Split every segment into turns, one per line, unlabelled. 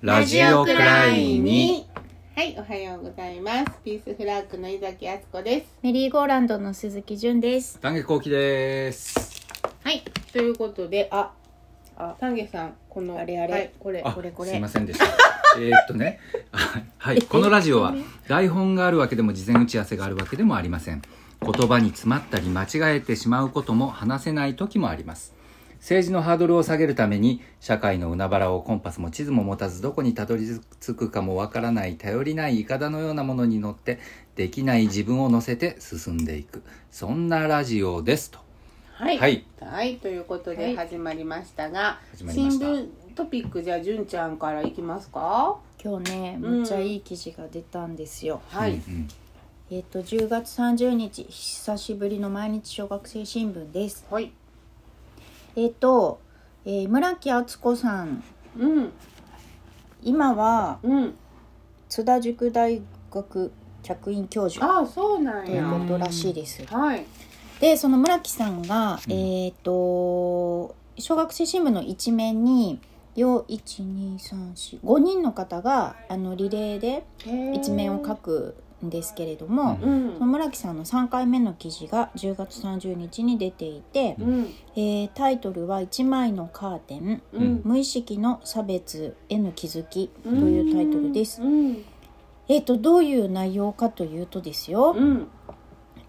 ラジオクライに。
はい、おはようございます。ピースフラッグの井崎敦子です。
メリーゴーランドの鈴木純です。
丹下幸喜です
はい、ということで、あ、あ、丹下さん、この、
あれあれ
はいこれ、
あ
これこ
すい
れ
ま。せんでした えーっとねあはいこのラジオは台本があるわけでも事前打ち合わせがあるわけでもありません言葉に詰まったり間違えてしまうことも話せない時もあります政治のハードルを下げるために社会の海原をコンパスも地図も持たずどこにたどり着くかもわからない頼りないイカダのようなものに乗ってできない自分を乗せて進んでいくそんなラジオですと
はい。
はい。
はいということ
は
で
い
始まりましたが、
始まり
新
ました
聞トピック、じゃあ、純ちゃんからいきますか
今日ね、
うん
むっちゃいい記事が出たんですよ。
は
う
い。
んうん
えっと10月30日久しぶりの毎日小学生新聞です。
はい。
えっ、と、えー村木敦子さん
うん、
今は
うん。
津田塾大学客員教授
あ、そうなん
とい
や。
うことらしいです。
はい。
でその村木さんが、
うん
えっ、と小学生新聞の一面に41235人の方があのリレーで一面を書くんですけれども、
うん
うん
その村木さんの3回目の記事が10月30日に出ていて、
うん
えータイトルは「一枚のカーテン
うん
無意識の差別への気づき」というタイトルです。
うん
えっとどういう内容かというとですよ、
うん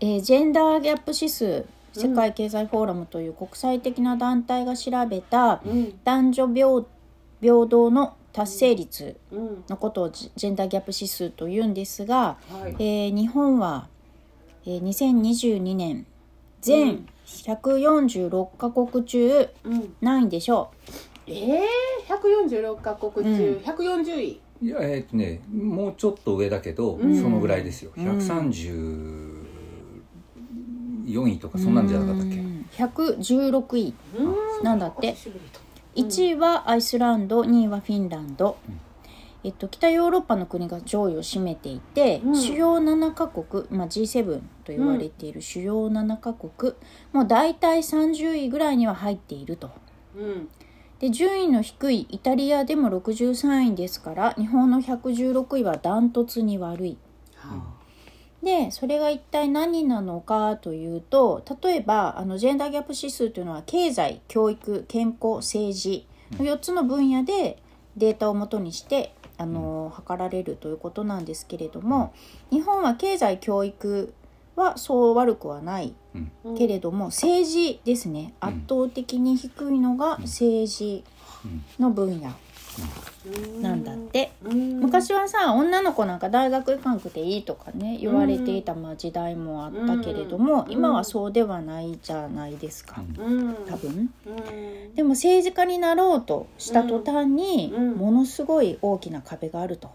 えージェンダーギャップ指数世界経済フォーラムという国際的な団体が調べた
うん
男女平平等の達成率
うん
のことをジジェンダーギャップ指数というんですが、
はい
えー日本は、えー2022年
う
全
ん
146カ国中
うん
何位でしょ
ええ百四十六カ国
う
中
ん
百四十位
いやえーっとねもうちょっと上だけど、
うん
そのぐらいですよ
うん
134位とか
う
そんなんじゃなかったっけ、
うん116位
うん
なんだって
うん
1位はアイスランド2位はフィンランド、
うん
えっと、北ヨーロッパの国が上位を占めていて、
うん
主要7カ国、まあ、G7 と言われている主要7カ国、もう大体30位ぐらいには入っていると。
うん
で順位の低いイタリアでも63位ですから日本の116位はダントツに悪い
は
でそれが一体何なのかというと例えばあのジェンダーギャップ指数というのは経済教育健康政治の4つの分野でデータを元にしてあの測られるということなんですけれども日本は経済教育はそう悪くはない
あ
けれども政治ですね
うん
圧倒的に低いのが政治の分野
うん
なんだって。
うん
昔はさ女の子なんか大学行かんくていいとかね言われていたまあ時代もあったけれども、
うん
今はそうではないじゃないですか、
うん
うん
多分
うん
でも政治家になろうとした途端に、
うん
ものすごい大きな壁があると。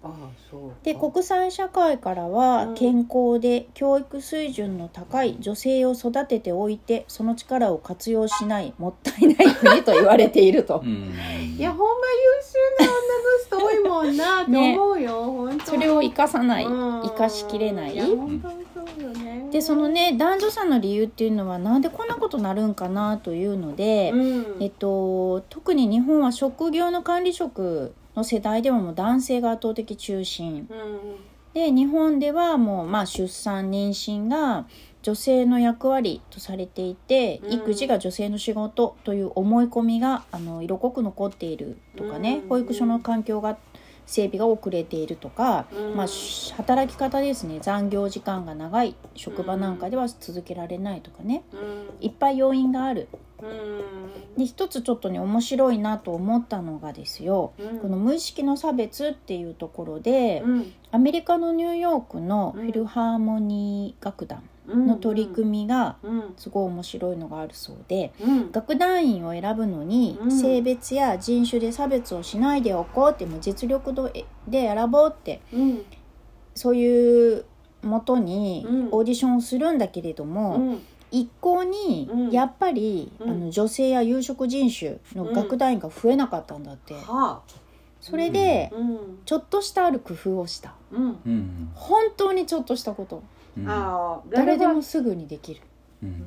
ああそう
で国際社会からは
うん
健康で教育水準の高い女性を育てておいてその力を活用しないもったいない国と言われていると
うん
いやほんま優秀な女の人多いもんなって
ね
思うよ本当
それを生かさない
うん
生かしきれない
や本当そうよね
でそのね男女差の理由っていうのはなんでこんなことなるんかなというので、
うん
えっと、特に日本は職業の管理職の世代ではもう男性が圧倒的中心
うん
で日本ではもう、まあ、出産妊娠が女性の役割とされていて、
うん
育児が女性の仕事という思い込みがあの色濃く残っているとかね、
うん
保育所の環境が整備が遅れているとか、
うん
まあ、し働き方ですね残業時間が長い職場なんかでは続けられないとかね
うん
いっぱい要因がある
うん
で一つちょっとね面白いなと思ったのがですよ
うん
この無意識の差別っていうところで
うん
アメリカのニューヨークのフィルハーモニー楽団
の
の取り組みが
みうん
すごい面白いのがあるそうで
うん
楽団員を選ぶのに
うん
性別や人種で差別をしないでおこうってもう実力で選ぼうって
うん
そういうもとに
うん
オーディションをするんだけれども、
うん
一向に
うん
やっぱり、
うん
あの女性や有色人種の学団員が増えなかったんだって、
は
それで
あうん
ちょっとしたある工夫をした
うん
うん
本当にちょっとしたこと
うん
ああ
誰でもすぐにできる
う
うんん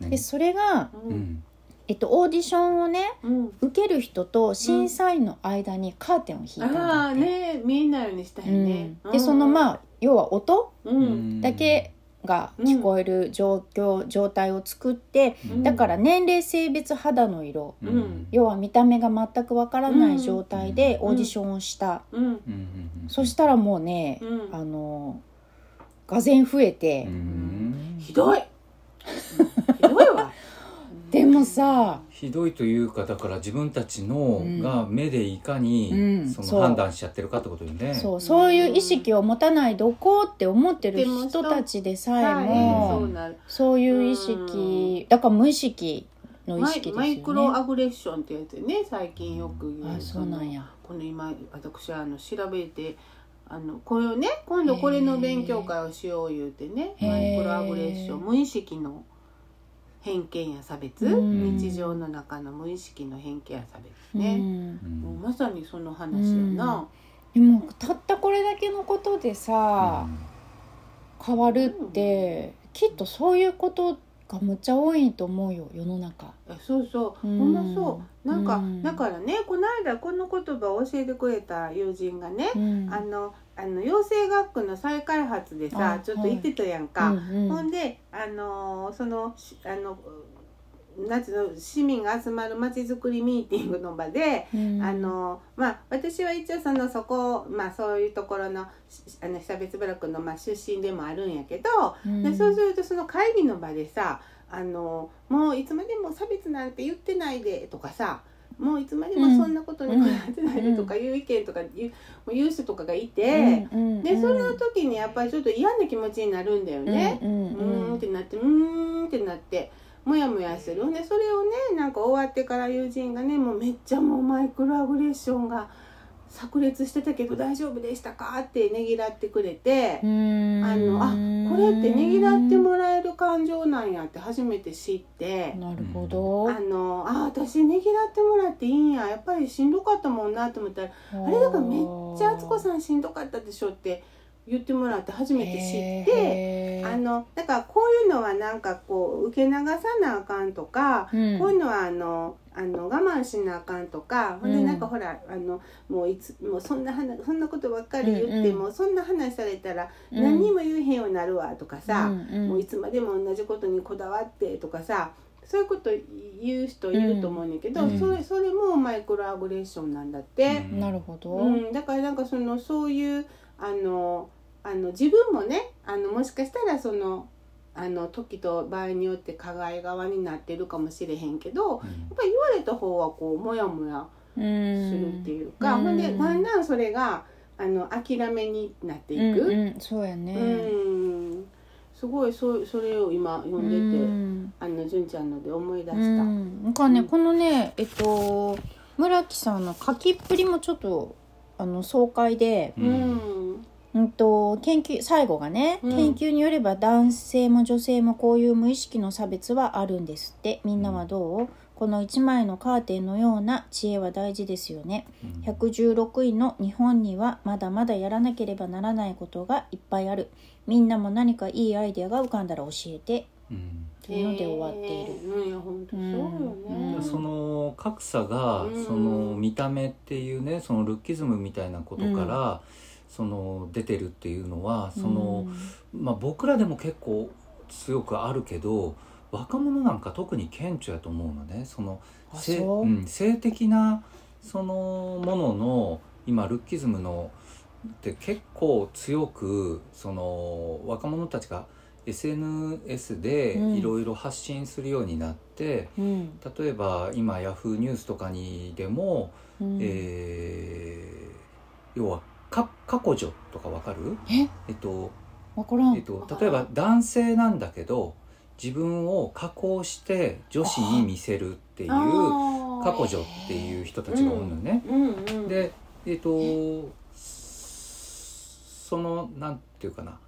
何
でそれが
う
うんん
えっと、オーディションをね
うん
受ける人と審査員の間にカーテンを引いたんだ
ああ
って、
ね見えないようにしたいね、
うん、でその
あ
まあ要は音
うん
だけが聞こえる状況、状態を作って
うん
だから年齢性別肌の色
うん
要は見た目が全くわからない状態で
うん
オーディションをした、
うん
そしたたらもうね、
うん
あのがぜん増えて、
ひどいひどいわ
でもさ
ひどいというかだから自分たちの
うん
が目でいか
う
に
ん
そ
そ
の
う
判断しちゃってるかってことよね。
そうそういう意識を持たないどこうって思ってる人たちでさえ
はい
も
そうなる
そういう意識だから無意識の意
マイ
識ですよね。
マイクロアグレッションってやつね最近よく言う
あそうなんや。
この今私あの調べてあのこれをね今度これの勉強会をしよう言うてね
へー
マイクロアグレッション無意識の偏見や差別
うん
日常の中の無意識の偏見や差別
う
ね、
ん
う
もうんまさにその話やな、
でもたったこれだけのことでさ、変わるってきっとそういうことがむっちゃ多いと思うよ世の中。
えそうそう、
うん
ほんまそうなんか、
うん
だからねこの間この言葉を教えてくれた友人がね、
うん
あのあの養成学区の再開発でさ
あ
ちょっと行ってたやんか、
うんうん
ほんで、あのーそのしあのなんていうの市民が集まるまちづくりミーティングの場で、
うん
あのーまあ、私は一応そのそこ、まあ、そういうところのしあの久別部落の、まあ、出身でもあるんやけど、
うん
でそうするとその会議の場でさあのもういつまでも差別なんて言ってないでとかさもういつまでもそんなことに
うん
こだわってないでとかいう意見とか言う,、言う人とかがいて、
うんうんうん
でその時にやっぱりちょっと嫌な気持ちになるんだよね。
うん
う
う
ーんっ
ん
てなってうーんってなって。もやもやするほんでそれをねなんか終わってから友人がねもうめっちゃもうマイクロアグレッションが炸裂してたけど大丈夫でしたかってねぎらってくれて、
うん
あのあこれってねぎらってもらえる感情なんやって初めて知って。
なるほど。
あのあ私ねぎらってもらっていいんややっぱりしんどかったもんなと思ったら「あれだからめっちゃ敦子
ん
さんしんどかったでしょ」って言ってもらって初めて知って
て
あのだからこういうのはなんかこう受け流さなあかんとか、こういうのはあのあの我慢しなあかんとか、ほん
う
で
ん
なんかほらあのもういつもうそんな話そんなことばっかり言って、
うんうん
もうそんな話されたら何にも言えへんようになるわとかさ、もういつまでも同じことにこだわってとかさそういうこと言う人いると思うんだけど、
うん
それそれもマイクロアグレッションなんだって、
なるほど。
うんだからなんかそのそういうあのあの自分もねあのもしかしたらそのあの時と場合によって加害側になってるかもしれへんけどやっぱり言われた方はこうモヤモヤす
す
るっていうか、ほんでだんだんそれがあの諦めになっていく。
うんうんそうやね。
うんすごいそそれを今読んでて、
うん
あの純ちゃんので思い出した、
うんなんかね、
うん
このねえっと村木さんの書きっぷりもちょっとあの爽快で、
うんうん
うん、と研究最後がね、
うん
研究によれば男性も女性もこういう無意識の差別はあるんですってみんなはどう、この一枚のカーテンのような知恵は大事ですよね116位の日本にはまだまだやらなければならないことがいっぱいあるみんなも何かいいアイデアが浮かんだら教えてというので終わっている、
えーうんいや本当そうよね、
うん
その格差が
うん
その見た目っていうねそのルッキズムみたいなことからその出てるっていうのはそのまあ僕らでも結構強くあるけど若者なんか特に顕著やと思うのねその
あ
性
そう
うん、性的なそのものの今ルッキズムのって結構強くその若者たちが SNS で
うん
いろいろ発信するようになって、
うん
例えば今ヤフーニュースとかにでも、
うん
えー要はか過去女とかわかる
え
えっと
わからん、
えっと、例えば男性なんだけど自分を加工して女子に見せるっていう
あー
過去女っていう人たちが多いのね。
うんうん、
でえっとそのなんていうかな、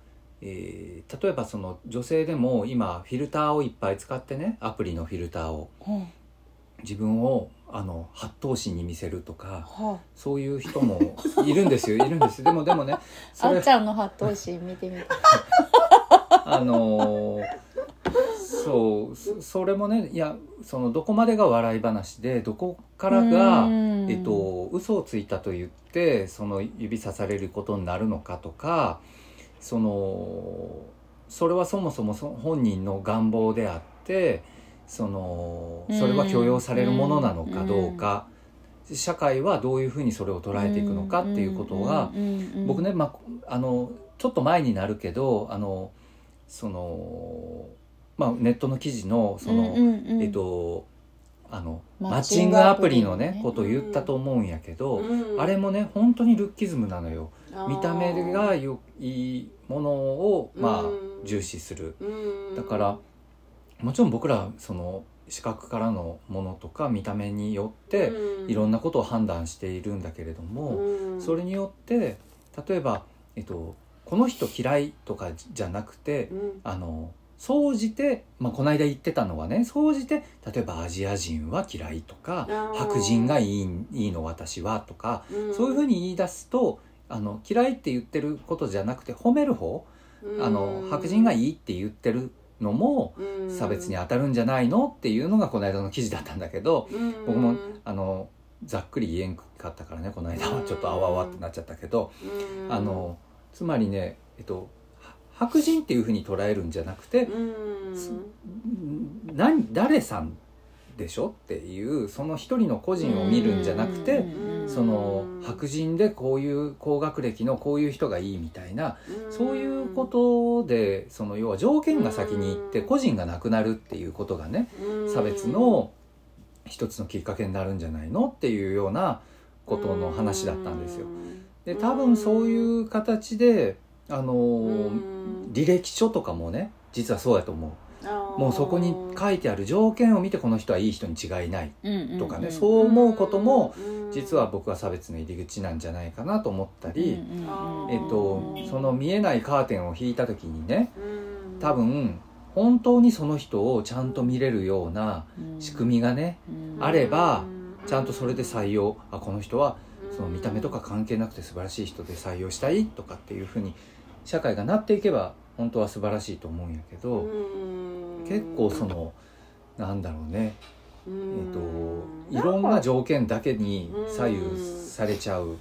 えー例えばその女性でも今フィルターをいっぱい使ってねアプリのフィルターを
うんは
自分をあの八頭身に見せるとか
あ
そういう人もいるんですよいるんですでもでもねそ
あ
れ
っちゃんの八頭身見てみた
あのーそうそそれもねいやそのどこまでが笑い話でどこからが、えっと、嘘をついたと言ってその指さされることになるのかとかそのそれはそもそもそ本人の願望であってそのそれは許容されるものなのかどうか、社会はどういうふうにそれを捉えていくのかっていうことが、僕ね、まあ、あのちょっと前になるけどあのその、まあ、ネットの記事のその、えっとあのマ
マ
ッ
ッ
チ
チ
ン
ン
グ
グ
ア
ア
プ
プ
リ
リ
の
のね
ねことを言ったと思うんやけど、
うん
あれもね本当にルッキズムなのよ、
あー
見た目がよいいものを、まあ
うん
重視する
うん
だからもちろん僕らその視覚からのものとか見た目によっていろんなことを判断しているんだけれども、
うん
それによって例えば、えっと、この人嫌いとかじゃなくて、
うん
あの総じて、まあ、この間言ってたのはね総じて例えばアジア人は嫌いとか
あー
白人がいいいいの私はとか、そういうふうに言い出すとあの嫌いって言ってることじゃなくて褒める方、
うん
あの白人がいいって言ってるのも
うん
差別に当たるんじゃないのっていうのがこの間の記事だったんだけど
うん
僕も
うん
あのざっくり言えんかったからねこの間はちょっとあわあわってなっちゃったけど。あのつまりね、えっと、は白人っていうふうに捉えるんじゃなくて
う、ん
す何誰さんでしょっていうその一人の個人を見るんじゃなくて、
うん
その白人でこういう高学歴のこういう人がいいみたいな、そういうことでその要は条件が先に行って
うん
個人がなくなるっていうことがね
うん
差別の一つのきっかけになるんじゃないのっていうようなことの話だったんですよ。で多分そういう形であのー
うん
履歴書とかもね実はそうやと思うもうそこに
い
書いてある条件を見てこの人はいい人に違いないと
と
かね、そう思うことも
うん
実は僕は差別の入り口なんじゃないかなと思ったり、
うん
えっとその見えないカーテンを引いた時にね
うん
多分本当にその人をちゃんと見れるような仕組みがね
み
あれば
うん
ちゃんとそれで採用あこの人は
うん
その見た目とか関係なくて素晴らしい人で採用したいとかっていうふうに社会がなっていけば本当は素晴らしいと思うんやけ
う
ど、
ん
結構そのなんだろうね、
う
え
ん
っといろんな条件だけに
うん
左右されちゃう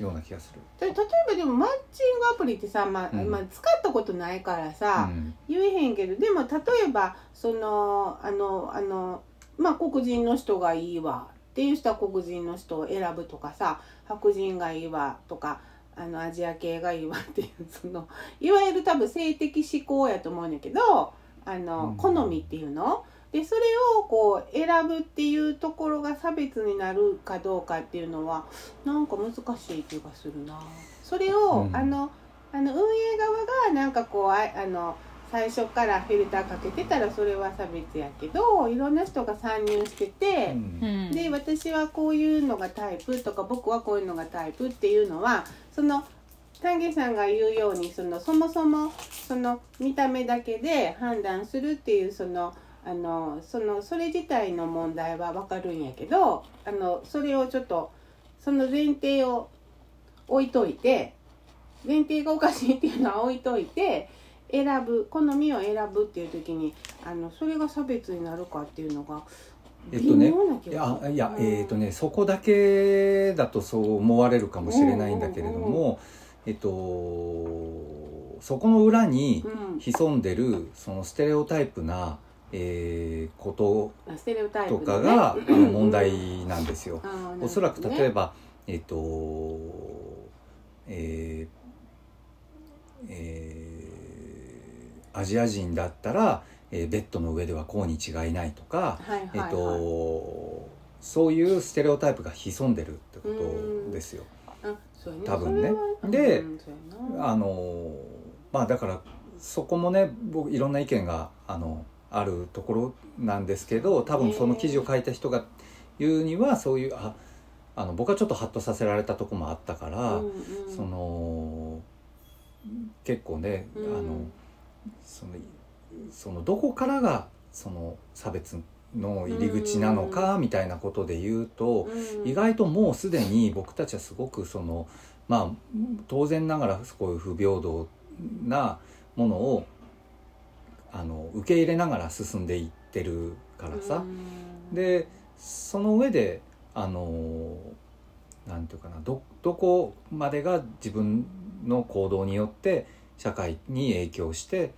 ような気がする。
で例えばでもマッチングアプリってさ、まあ
うん
まあ、使ったことないからさ、
うん
言えへんけどでも例えばそのあのあの、まあ、黒人の人がいいわっていう人は黒人の人を選ぶとかさ白人がいいわとかあのアジア系がいいわ っていうそのいわゆる多分性的指向やと思うんやけどあの、
うん
好みっていうのでそれをこう選ぶっていうところが差別になるかどうかっていうのはなんか難しい気がするな。それを、
うん
あのあの運営側がなんかこうああの最初からフィルターかけてたらそれは差別やけどいろんな人が参入してて、で私はこういうのがタイプとか僕はこういうのがタイプっていうのはその丹下さんが言うようにそのそもそもその見た目だけで判断するっていうそのあのそのそれ自体の問題はわかるんやけどあのそれをちょっとその前提を置いといて前提がおかしいっていうのは置いといて選ぶ好みを選ぶっていう時にあのそれが差別になるかっていうのが
えっ
微
とね
妙な気
い
が
や
する。
いや、
うん
えっとねそこだけだとそう思われるかもしれないんだけれど
うんう
も、えっとそこの裏に
うん
潜んでるそのステレオタイプな、えーこと
あステレオタイ
と
プのね
かが、あの問題なんですよ。
あー
おそらく
なる
例
ほど
え
ね
ば、えっとえーえーアジア人だったら、えーベッドの上ではこうに違いないとか、
はいはいはい
えっとそういうステレオタイプが潜んでるってことですよ。
あそうやね
多分ね
それはうん
で
そうやな
あのまあだからそこもね僕いろんな意見があのあるところなんですけど多分その記事を書いた人が言うにはそういうああの僕はちょっとハッとさせられたとこもあったから、
うんうん
その結構ね、
うん
あのそのそのどこからがその差別の入り口なのかみたいなことで言うと、
うん
意外ともうすでに僕たちはすごくそのまあ当然ながらこういう不平等なものをあの受け入れながら進んでいってるからさ、
うん
でその上であのなんていうかなどどこまでが自分の行動によって社会に影響して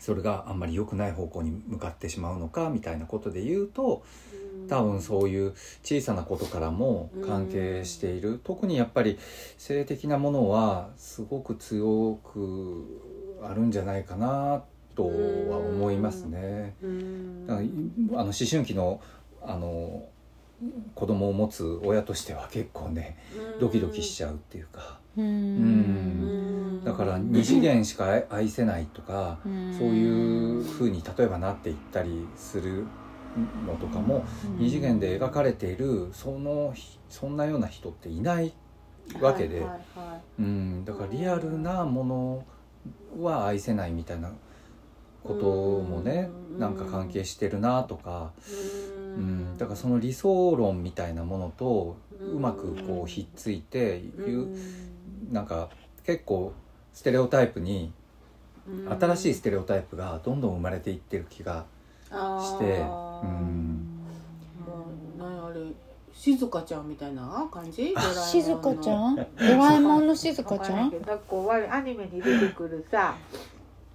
それがあんまり良くない方向に向かってしまうのかみたいなことで言うと多分そういう小さなことからも関係している、特にやっぱり性的なものはすごく強くあるんじゃないかなとは思いますね。
うん
だからいあの思春期のあの子供を持つ親としては結構ねドキドキしちゃうっていうか
う
うん
だから2次元しか愛愛せないとか
そう
そういうふうに例えばなっていったりするのとかも2次元で描かれているそのそんなような人っていないわけで
はいはいは
うんだからリアルなものは愛せないみたいなこともね
うん
なんか関係してるなとか。
い
うん、だからその理想論みたいなものとうまくこうひっついていうなんか結構ステレオタイプに新しいステレオタイプがどんどん生まれていってる気がしてう
も
ん
う何あれ静香ちゃんみたいな感じ
静香ち
ん
ゃんドラえもんの静香ちゃん
学校終わるアニメに出てくるさ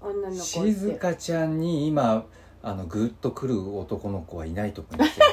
女の子って
静香ちゃんに今あのグッとくる男の子はいないと思い ますよ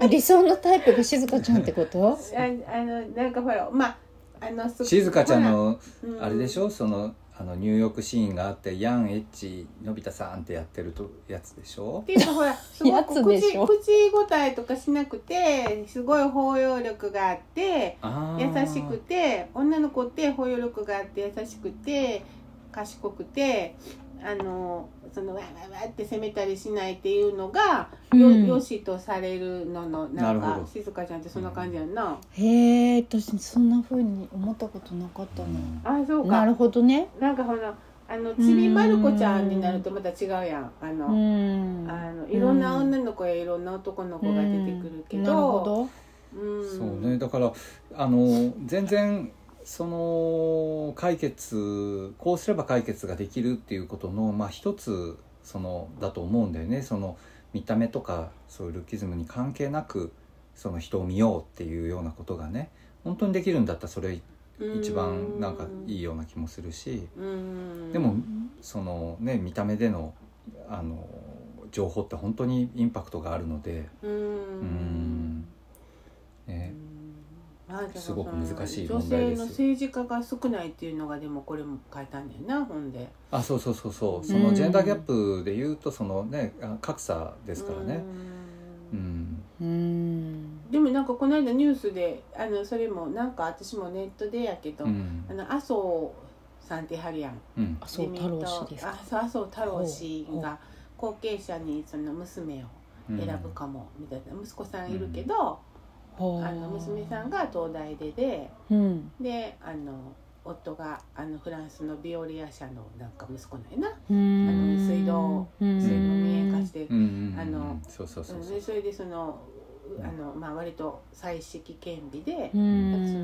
あ理想のタイプが静香ちゃんってこと
ああのなんかほらまああのす
静香ちゃんの
ほらうん
あれでしょそのあの入浴シーンがあって「ヤン・エッチのび太さん」ってやってるとやつでしょ
っていうかほ らすご
や
く
つでし
口
ょ
口答えとかしなくてすごい包容力があって
あ
優
ー
しくて女の子って包容力があって優しくて賢くてあのそのわーわーわーって責めたりしないっていうのが、 よ
うん
よしとされるののなん
なるほ
か
ど
静香ちゃんってそんな感じやんな、
へえ私そんなふうに思ったことなかった
う
なん
あそう
な
か
るほどね
なんかほらあのちびまる子ちゃんになるとまた違うやんあ
う
の、
ん
あのいろんな女の子やいろんな男の子が出てくるけど、
なるほ
うん
そうねだからあの全然その解決こうすれば解決ができるっていうことのまあ一つそのだと思うんだよねその見た目とかそういうルッキズムに関係なくその人を見ようっていうようなことがね本当にできるんだったらそれ一番なんかいいような気もするし
うん
でもそのね見た目でのあの情報って本当にインパクトがあるので
うん
うんね
まあだから
すごく難しい
女
問題
性
です
の政治家が少ないっていうのがでもこれも書いたんだよな本で
あそうそうそうそう、
うん
そのジェンダーギャップで言うとそのねあ格差ですからねう
うん
ん、
どうん
でもなんかこの間ニュースであのそれもなんか私もネットでやけど、
うん
あの麻生さんってはるやん
うん
あそう
で
太郎
民
氏
党
ですか
あそう麻生太郎氏
ほうほ
が後継者にその娘を
うん
選ぶかもみたいな息子さんいるけど、あの娘さんが東大でで
うん
であの夫があのフランスのビオリア社のなんか息子なんやな、
うん
の水道
うん
それの民営化して、
うんうんうん
あの
そうそうそううんそう
でそれでそのあの、まあ、割と彩色兼備で、
う
その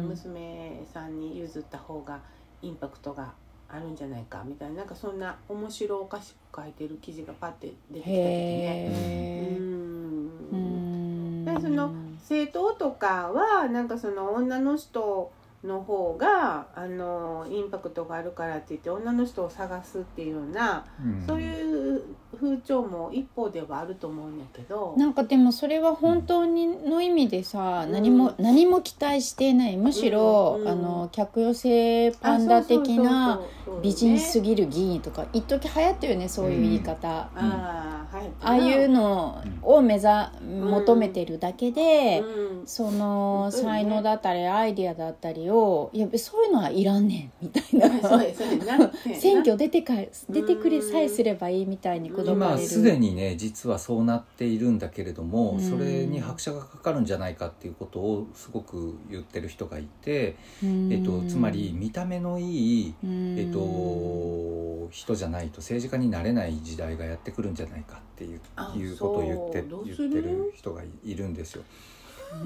ん
娘さんに譲った方がインパクトがあるんじゃないかみたいななんかそんな面白おかしく書いてる記事がパッて出てきた時ね。う
へえ
ー
う
ん
ん
でその政党とかはなんかその女の人の方があのインパクトがあるからって言って女の人を探すっていうような、
うん
そういう風潮も一方ではあると思うんやけど。
なんかでもそれは本当にの意味でさ、
うん
何も何も期待していないむしろ、
うんうん
あの客寄せパンダ的な美人す
ぎ
ぎる議員とか一時流行ったよねそういう言い方、
うん
あー、はい、
ああいうのを目ざ求めてるだけで、
うん
その
そうよね
才能だったりアイディアだったりをいやそういうのはいらんねんみたい
そう
な
やそうやな
選挙出てか出てくれさえすればいいみたいに子供
今
がいる
すでにね実はそうなっているんだけれども、
うん
それに拍車がかかるんじゃないかっていうことをすごく言ってる人がいて、えっと、つまり、見た目のいい、
うん
えっと、人じゃないと政治家になれない時代がやってくるんじゃないかっていう
あ
いうことを言
そうど
っ
う
て
す
言
る
ってる人がいるんです よ。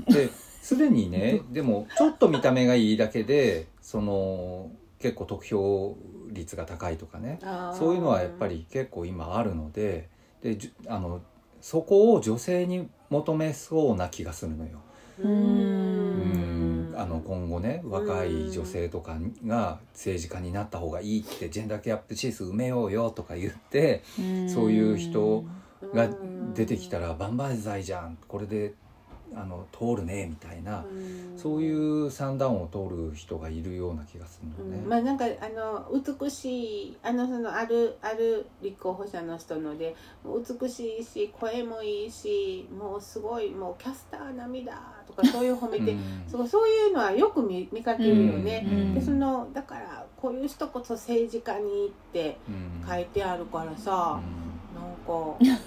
ですでにねでもちょっと見た目がいいだけでその結構得票率が高いとかね
そ
そういうのはやっぱり結構今あるのででじゅあのそこを女性に求めそうな気がするのよ。う
う
んんあの今後ね若い女性とかが政治家になった方がいいってジェンダーギャップ指数埋めようよとか言ってそういう人が出てきたら万々歳じゃんこれであの通るねみたいなそう
う
い
ん
う三段を通る人がいるような気がするのね。
まあなんかあの美しいあのそのあるある立候補者の人ので美しいし声もいいしもうすごいもうキャスター並みだとかそういう褒めて、
うん
そうそういうのはよく見見かけるよね、
うん
でそのだからこういう人こそ政治家にって
うん
書いてあるからさ、
うん
なんか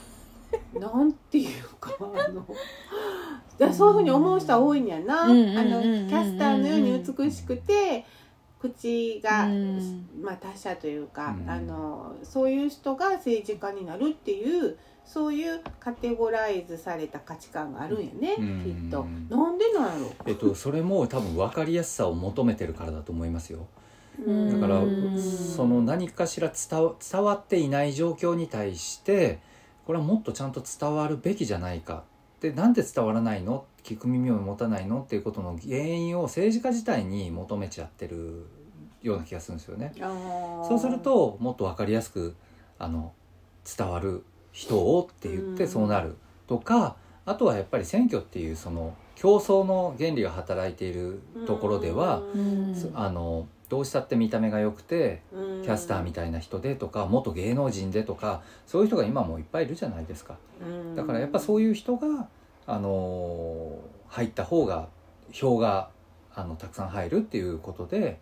なんていうかあのだそういうふうに思う人は多いんやな、
うんうんうんうん
あのキャスターのように美しくて口が、
うん
まあ、他者というか、
うん
あのそういう人が政治家になるっていうそういうカテゴライズされた価値観があるんやね、
うん
きっと。なんでなんやろ
えっと、それも多分分かりやすさを求めてるからだと思いますよ
うん
だから
うん
その何かしら伝わ伝わっていない状況に対してこれはもっとちゃんと伝わるべきじゃないかでなんで伝わらないの聞く耳を持たないのっていうことの原因を政治家自体に求めちゃってるような気がするんですよね。そうするともっと分かりやすくあの伝わる人をって言っ
う
て
ん
そうなるとかあとはやっぱり選挙っていうその競争の原理が働いているところでは、
うん
すあのどうしたって見た目が良くて
キ
キャ
ャ
スターみたいな人でとか元芸能人でとかそういう人が今もいっぱいいるじゃないですかだからやっぱそういう人があの入った方が票があのたくさん入るっていうことで。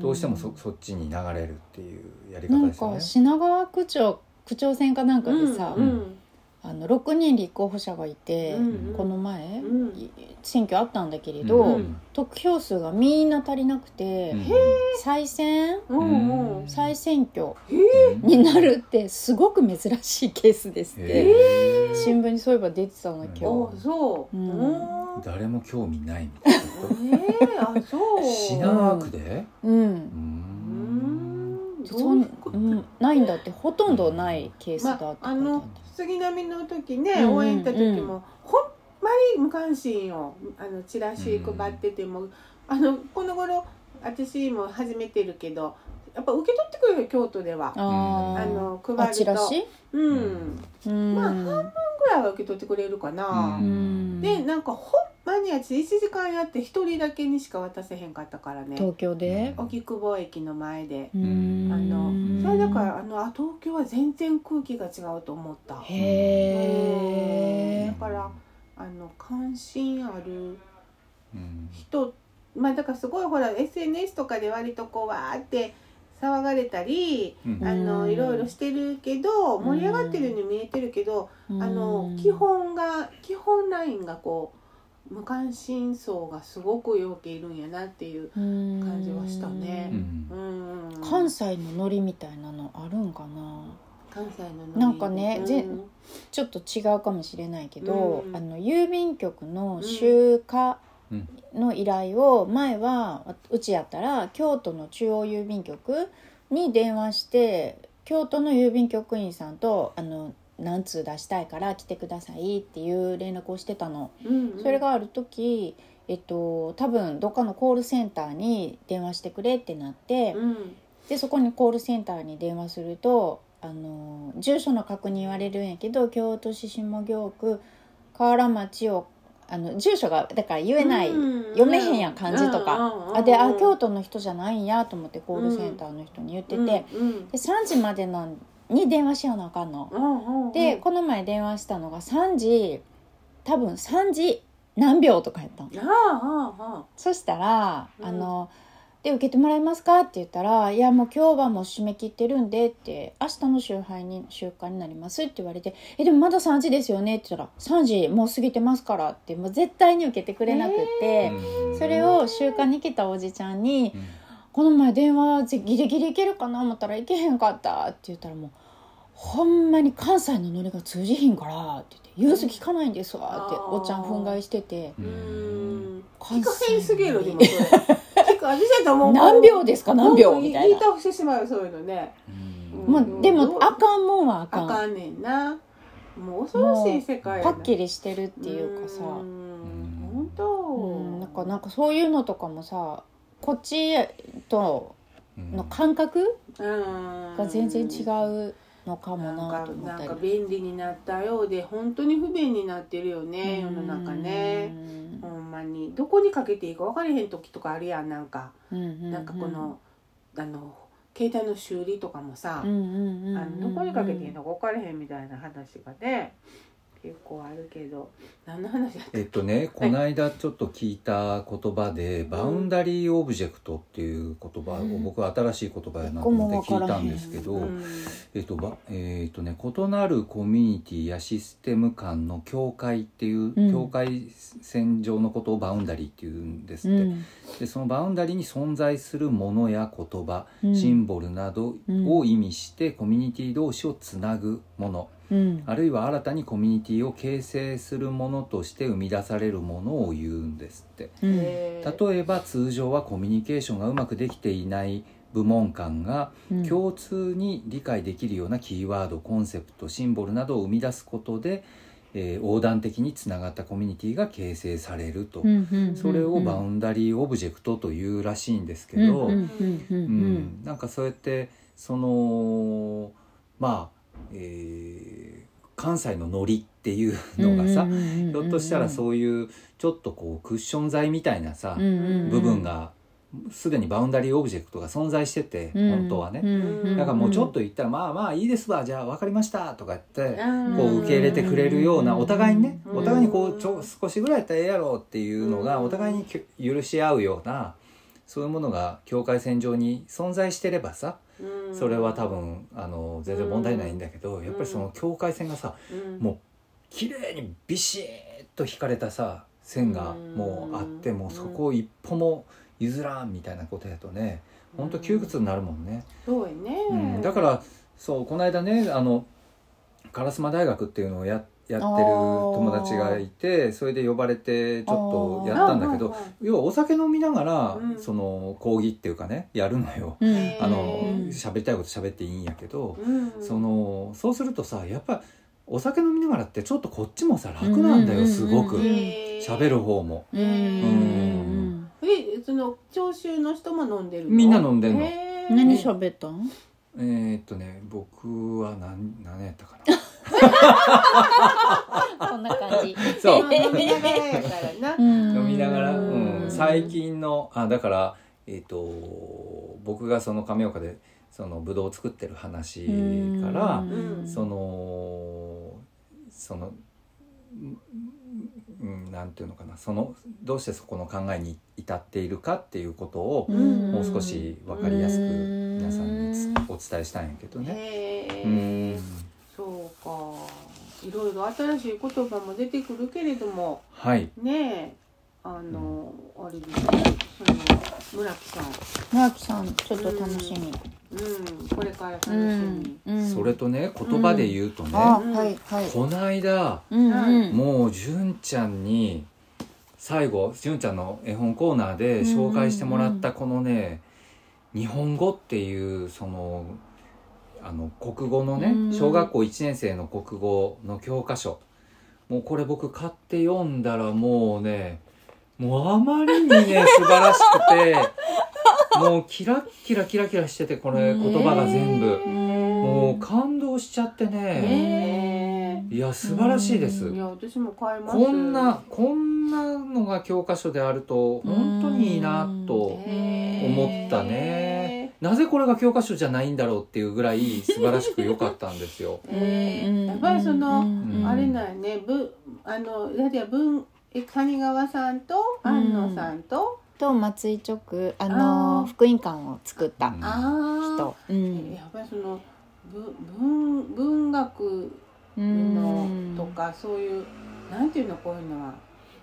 どうしてもそそっちに流れるっていうやり
な
方
ん
ですよね
か。品川区長区長選かなんかでさ、
うん
あの6人立候補者がいて、
うん
この前、
うん
い選挙あったんだけれど、
うん
得票数がみんな足りなくて、
うん
再選
うんうん
再選挙
うん
になるってすごく珍しいケースですって、
へー
新聞にそういえば出てたの今日、
お
あそう
うん
うん
誰も興味ないみたいなこと。
ねえあ そう
品川区で？
うん
うー。
うんん
そ
ど
ん
ういうこと
うん、ないんだってほとんどないケースだって書い
ま
て
あ
あった
の杉並の時ね
うんうん
応援行った時もほんまに無関心よあのチラシ配っててもあのこの頃私も始めてるけどやっぱ受け取ってくれる京都では
あー
あの配る
あ
と
チラシ
うん
うん、
まあぐらいは受け取ってくれるかな、
うん
でなんかほんまに私1時間やって1人だけにしか渡せへんかったからね
東京で、
荻窪駅の前で、
う
あ
ん
のそれだからあのあ東京は全然空気が違うと思った
へ
だ
え
からあの関心ある
うん
人まあだからすごいほら SNS とかで割とこうわーって騒がれたり
うん
あ
う
の
ん
いろいろしてるけど盛り上がってるように見えてるけど、あの基本が基本ラインがこう無関心層がすごくよくいるんやなっていう
感
感じはしたね
うん
うんうん
関西のノリみたいなのあるんかな
関西のノリ
なんかね
うん
ぜちょっと違うかもしれないけど、
うん
あの郵便局の集荷の依頼を前はうちやったら京都の中央郵便局に電話して京都の郵便局員さんとあの何通出したいから来てくださいっていう連絡をしてたの。
うんうん
それがある時、えっと、多分どっかのコールセンターに電話してくれってなって、
うん
でそこにコールセンターに電話するとあの住所の確認言われるんやけど京都市下京区河原町をあの住所がだから言えない、
うん
読めへんやん漢字とか
うんうんうん
あであ京都の人じゃないんやと思ってコールセンターの人に言ってて、で
うんうん
3時までなんに電話しようなあかんの。
うんうん
でこの前電話したのが3時多分3時何秒とかやったの
あああああ
そしたら、
うん
あの「で受けてもらえますか?」って言ったら「いやもう今日はもう締め切ってるんで」って「明日の集配に集会になります」って言われて「えでもまだ3時ですよね」って言ったら「3時もう過ぎてますから」ってもう絶対に受けてくれなくって、それを集会に来たおじちゃんに
うん
この前電話でギリギリいけるかな思ったらいけへんかったって言ったらもうほんまに関西のノリが通じひんからって言って「融通聞かないんですわ」って
あー
おっちゃん憤慨してて
うん
うん
聞かへんすぎるでも
関
それ聞かく私だともう
何秒ですか何秒みたい
言。
ない
倒してしまうよそういうのね
うん
も
も
うでもあかんもんはあか
あ
ん
かんねんなもう恐ろしい世界や
パ
な
ッキリしてるっていうかさ
ー
うん
本
ん
当
なんかなんかそういうのとかもさこっちと
うん
の感覚
うん
が全然違うのかもなと思
な
っ
ん
た
か
り
なんか便利になったようで本当に不便になってるよね世の中ね
うん
ほんまにどこにかけていいか分かれへん時とかあるやんなんか
うんうんうん
なんかこのあの携帯の修理とかもさ
うんうんうんうん
あのどこにかけていいのか分かれへんみたいな話がね結構あるけど何の話だっ
え
け
っとね、この間ちょっと聞いた言葉で、バウンダリーオブジェクトっていう言葉を、
うん
僕は新しい言葉やなと思って聞いたんですけど、
うん
えっとばえっとね、異なるコミュニティやシステム間の境界っていう、
うん
境界線上のことをバウンダリーっていうんです
う
って、
ん
でそのバウンダリーに存在するものや言葉、
うん
シンボルなどを意味してコミュニティ同士をつなぐもの、
うん
あるいは新たにコミュニティを形成するものとして生み出されるものを言うんですって
うん
えー
例えば通常はコミュニケーションがうまくできていない部門間が
うん
共通に理解できるようなキーワードコンセプトシンボルなどを生み出すことで、えー横断的につながったコミュニティが形成されると、
うんうんうん
それをバウンダリーオブジェクトというらしいんですけ
うん
ど、
うんうんう
うんん、なんかそうやってそのまあ、えー関西のノリっていう
うん
のがさ、
うんうんうんうん
ひょっとしたらそういうちょっとこうクッション材みたいなさ、
うんうんうん
部分がすでにバウンダリーオブジェクトが存在してて、
うん
本当はね、
んん
だからもうちょっと言ったら「まあまあいいですわじゃあ分かりました」とか言って。
ん
こう受け入れてくれるようなお互いにね
うん
お互いにこうちょ少しぐらいやったらええやろうっていうのが
うん
お互いにき許し合うようなそういうものが境界線上に存在してればさ
うん
それは多、分あの全然問題ないんだけどやっぱりその境界線がさ
うん
もう綺麗にビシッと引かれたさ線がもうあって
うん
もうそこを一歩も譲らんみたいなことやとねほんと窮屈になるもんね。
そうやね、
うん、だからそうこの間ねあの烏丸大学っていうのをややってる友達がいてそれで呼ばれてちょっとやったんだけ
う
ど
う
要はお酒飲みながら、
うん
その講義っていうかねやるのよ。
うん
へー
あの
うん
喋りたいこと喋っていいんやけど、
うんうん
そのそうするとさやっぱお酒飲みながらってちょっとこっちもさ楽なんだ
うんうんうんう
よ
ん
すごく
うん
へー
喋る方も。
うんうん
えその聴衆の人も飲んでるの
みんな飲んでんの
へー
うん何喋ったん
えーっとね僕は何何やったか な。
こんな感じ
そう
まあ飲みながらやからな
飲
飲
みながら、
う
うんん最近のあだから、えっと僕がその亀岡でそのブドウを作ってる話から、
うん
そのそのうんうんなんていうのかなそのどうしてそこの考えに至っているかっていうことを
うん
もう少し分かりやすく
うん
皆さんにつお伝えしたいんやけどね。
へ
う
え
ん
そうかいろいろ新しい言葉も出てくるけれども
はい、
ねえあのあれですねその村木さん
村木さんちょっと楽しみ
うんこれから楽し
う
み、
んうん
それとね言葉で言うとね、
あはいはい
こないだ
うんうん
もう純ちゃんに最後純ちゃんの絵本コーナーで紹介してもらったこのね「日本語」っていうそのあの国語の
うん
ね小学校1年生の国語の教科書もうこれ僕買って読んだらもうねもうあまりに ね素晴らしくてもうキラッキラキラキラしててこれ言葉が全部
ね
もう感動しちゃってね
ね
いや素晴らしいです
えいや私も買います
こんなこんなのが教科書であると本当にいいなと思ったねなぜこれが教科書じゃないんだろうっていうぐらい素晴らしく良かったんですよ。
へええやっぱりその、
うん
あれなんやねぶあのやはり文え谷川さんと
うん
安野さんと、
と松井直あの
あー
福音館を作った
うん
あ
人
あ、う
う
ん、
ん
やっぱりそのぶ文文学
う
の
ん
とかそういうなんていうのこういうのは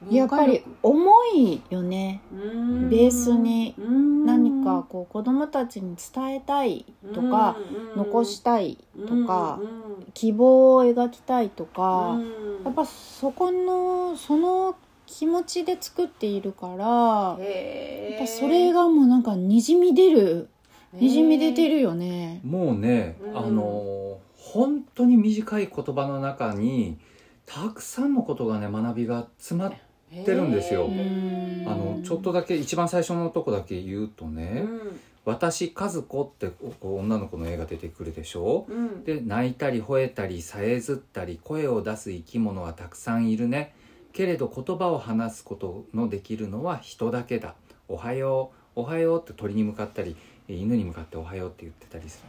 やっぱり重いよね
うん
ベースに
うん
何かこう子供たちに伝えたいとか、
うん
残したいとか
うんうん
希望を描きたいとか
うん
やっぱそこのその気持ちで作っているから、やっ
へ
ぱそれがもうなんかにじみ出る、にじみ出て
る
るよね。
もうね、
うん
あの本当に短い言葉の中にたくさんのことがね学びが詰まっってるんですよ
うん
あのちょっとだけ一番最初のとこだけ言うとね「私和子」ってこう女の子の絵が出てくるでしょ
うん
で泣いたり吠えたりさえずったり声を出す生き物はたくさんいるねけれど言葉を話すことのできるのは人だけだ「おはよう」「おはよう」って鳥に向かったり犬に向かって「おはよう」って言ってたりす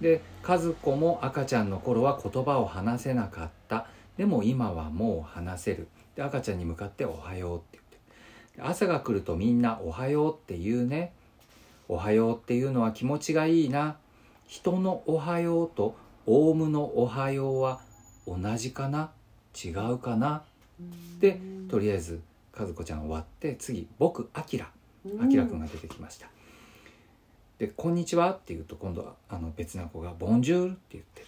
るで和子も赤ちゃんの頃は言葉を話せなかったでも今はもう話せるで赤ちゃんに向かって「おはよう」って言ってで朝が来るとみんな「おはよう」って言うね「おはよう」っていうのは気持ちがいいな人の「おはよう」とオウムの「おはよう」は同じかな違うかなでとりあえず和子ちゃん終わって次僕あきらあきらくんが出てきました、で「こんにちは」って言うと今度はあの別な子が「ボンジュール」って言ってる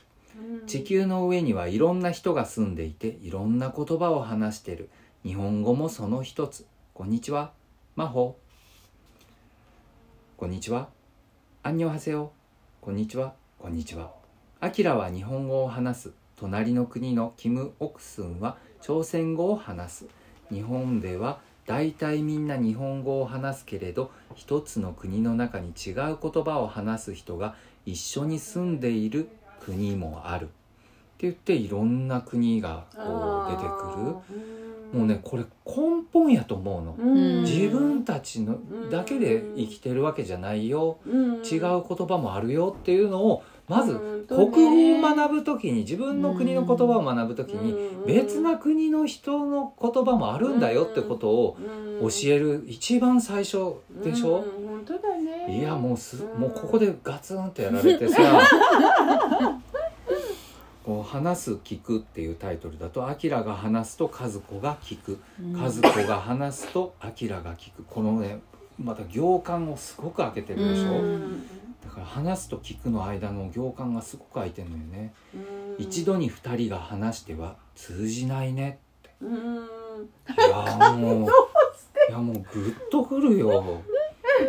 地球の上にはいろんな人が住んでいていろんな言葉を話してる日本語もその一つ「こんにちは真帆」「こんにちはアンニョンハセヨ」「こんにちはこんにちは」「アキラは日本語を話す」「隣の国のキム・オクスンは朝鮮語を話す」「日本では大体みんな日本語を話すけれど一つの国の中に違う言葉を話す人が一緒に住んでいる国もある」って言っていろんな国がこう出てくるもうねこれ根本やと思うの。自分たちのだけで生きてるわけじゃないよ、違う言葉もあるよっていうのをまず国語を学ぶ時に自分の国の言葉を学ぶ時に別な国の人の言葉もあるんだよってことを教える一番最初でしょ
本当だね
いやもうす
うん
もうここでガツンとやられてさこう話す聞くっていうタイトルだと「アキラが話すと和子が聞く」
うん
和子が話すとアキラが聞くこのねまた行間をすごく開けてるでしょ、
うん
だから話すと聞くの間の行間がすごく開いてるのよね、一度に二人が話しては通じないねいやもういやもうグッとくるよ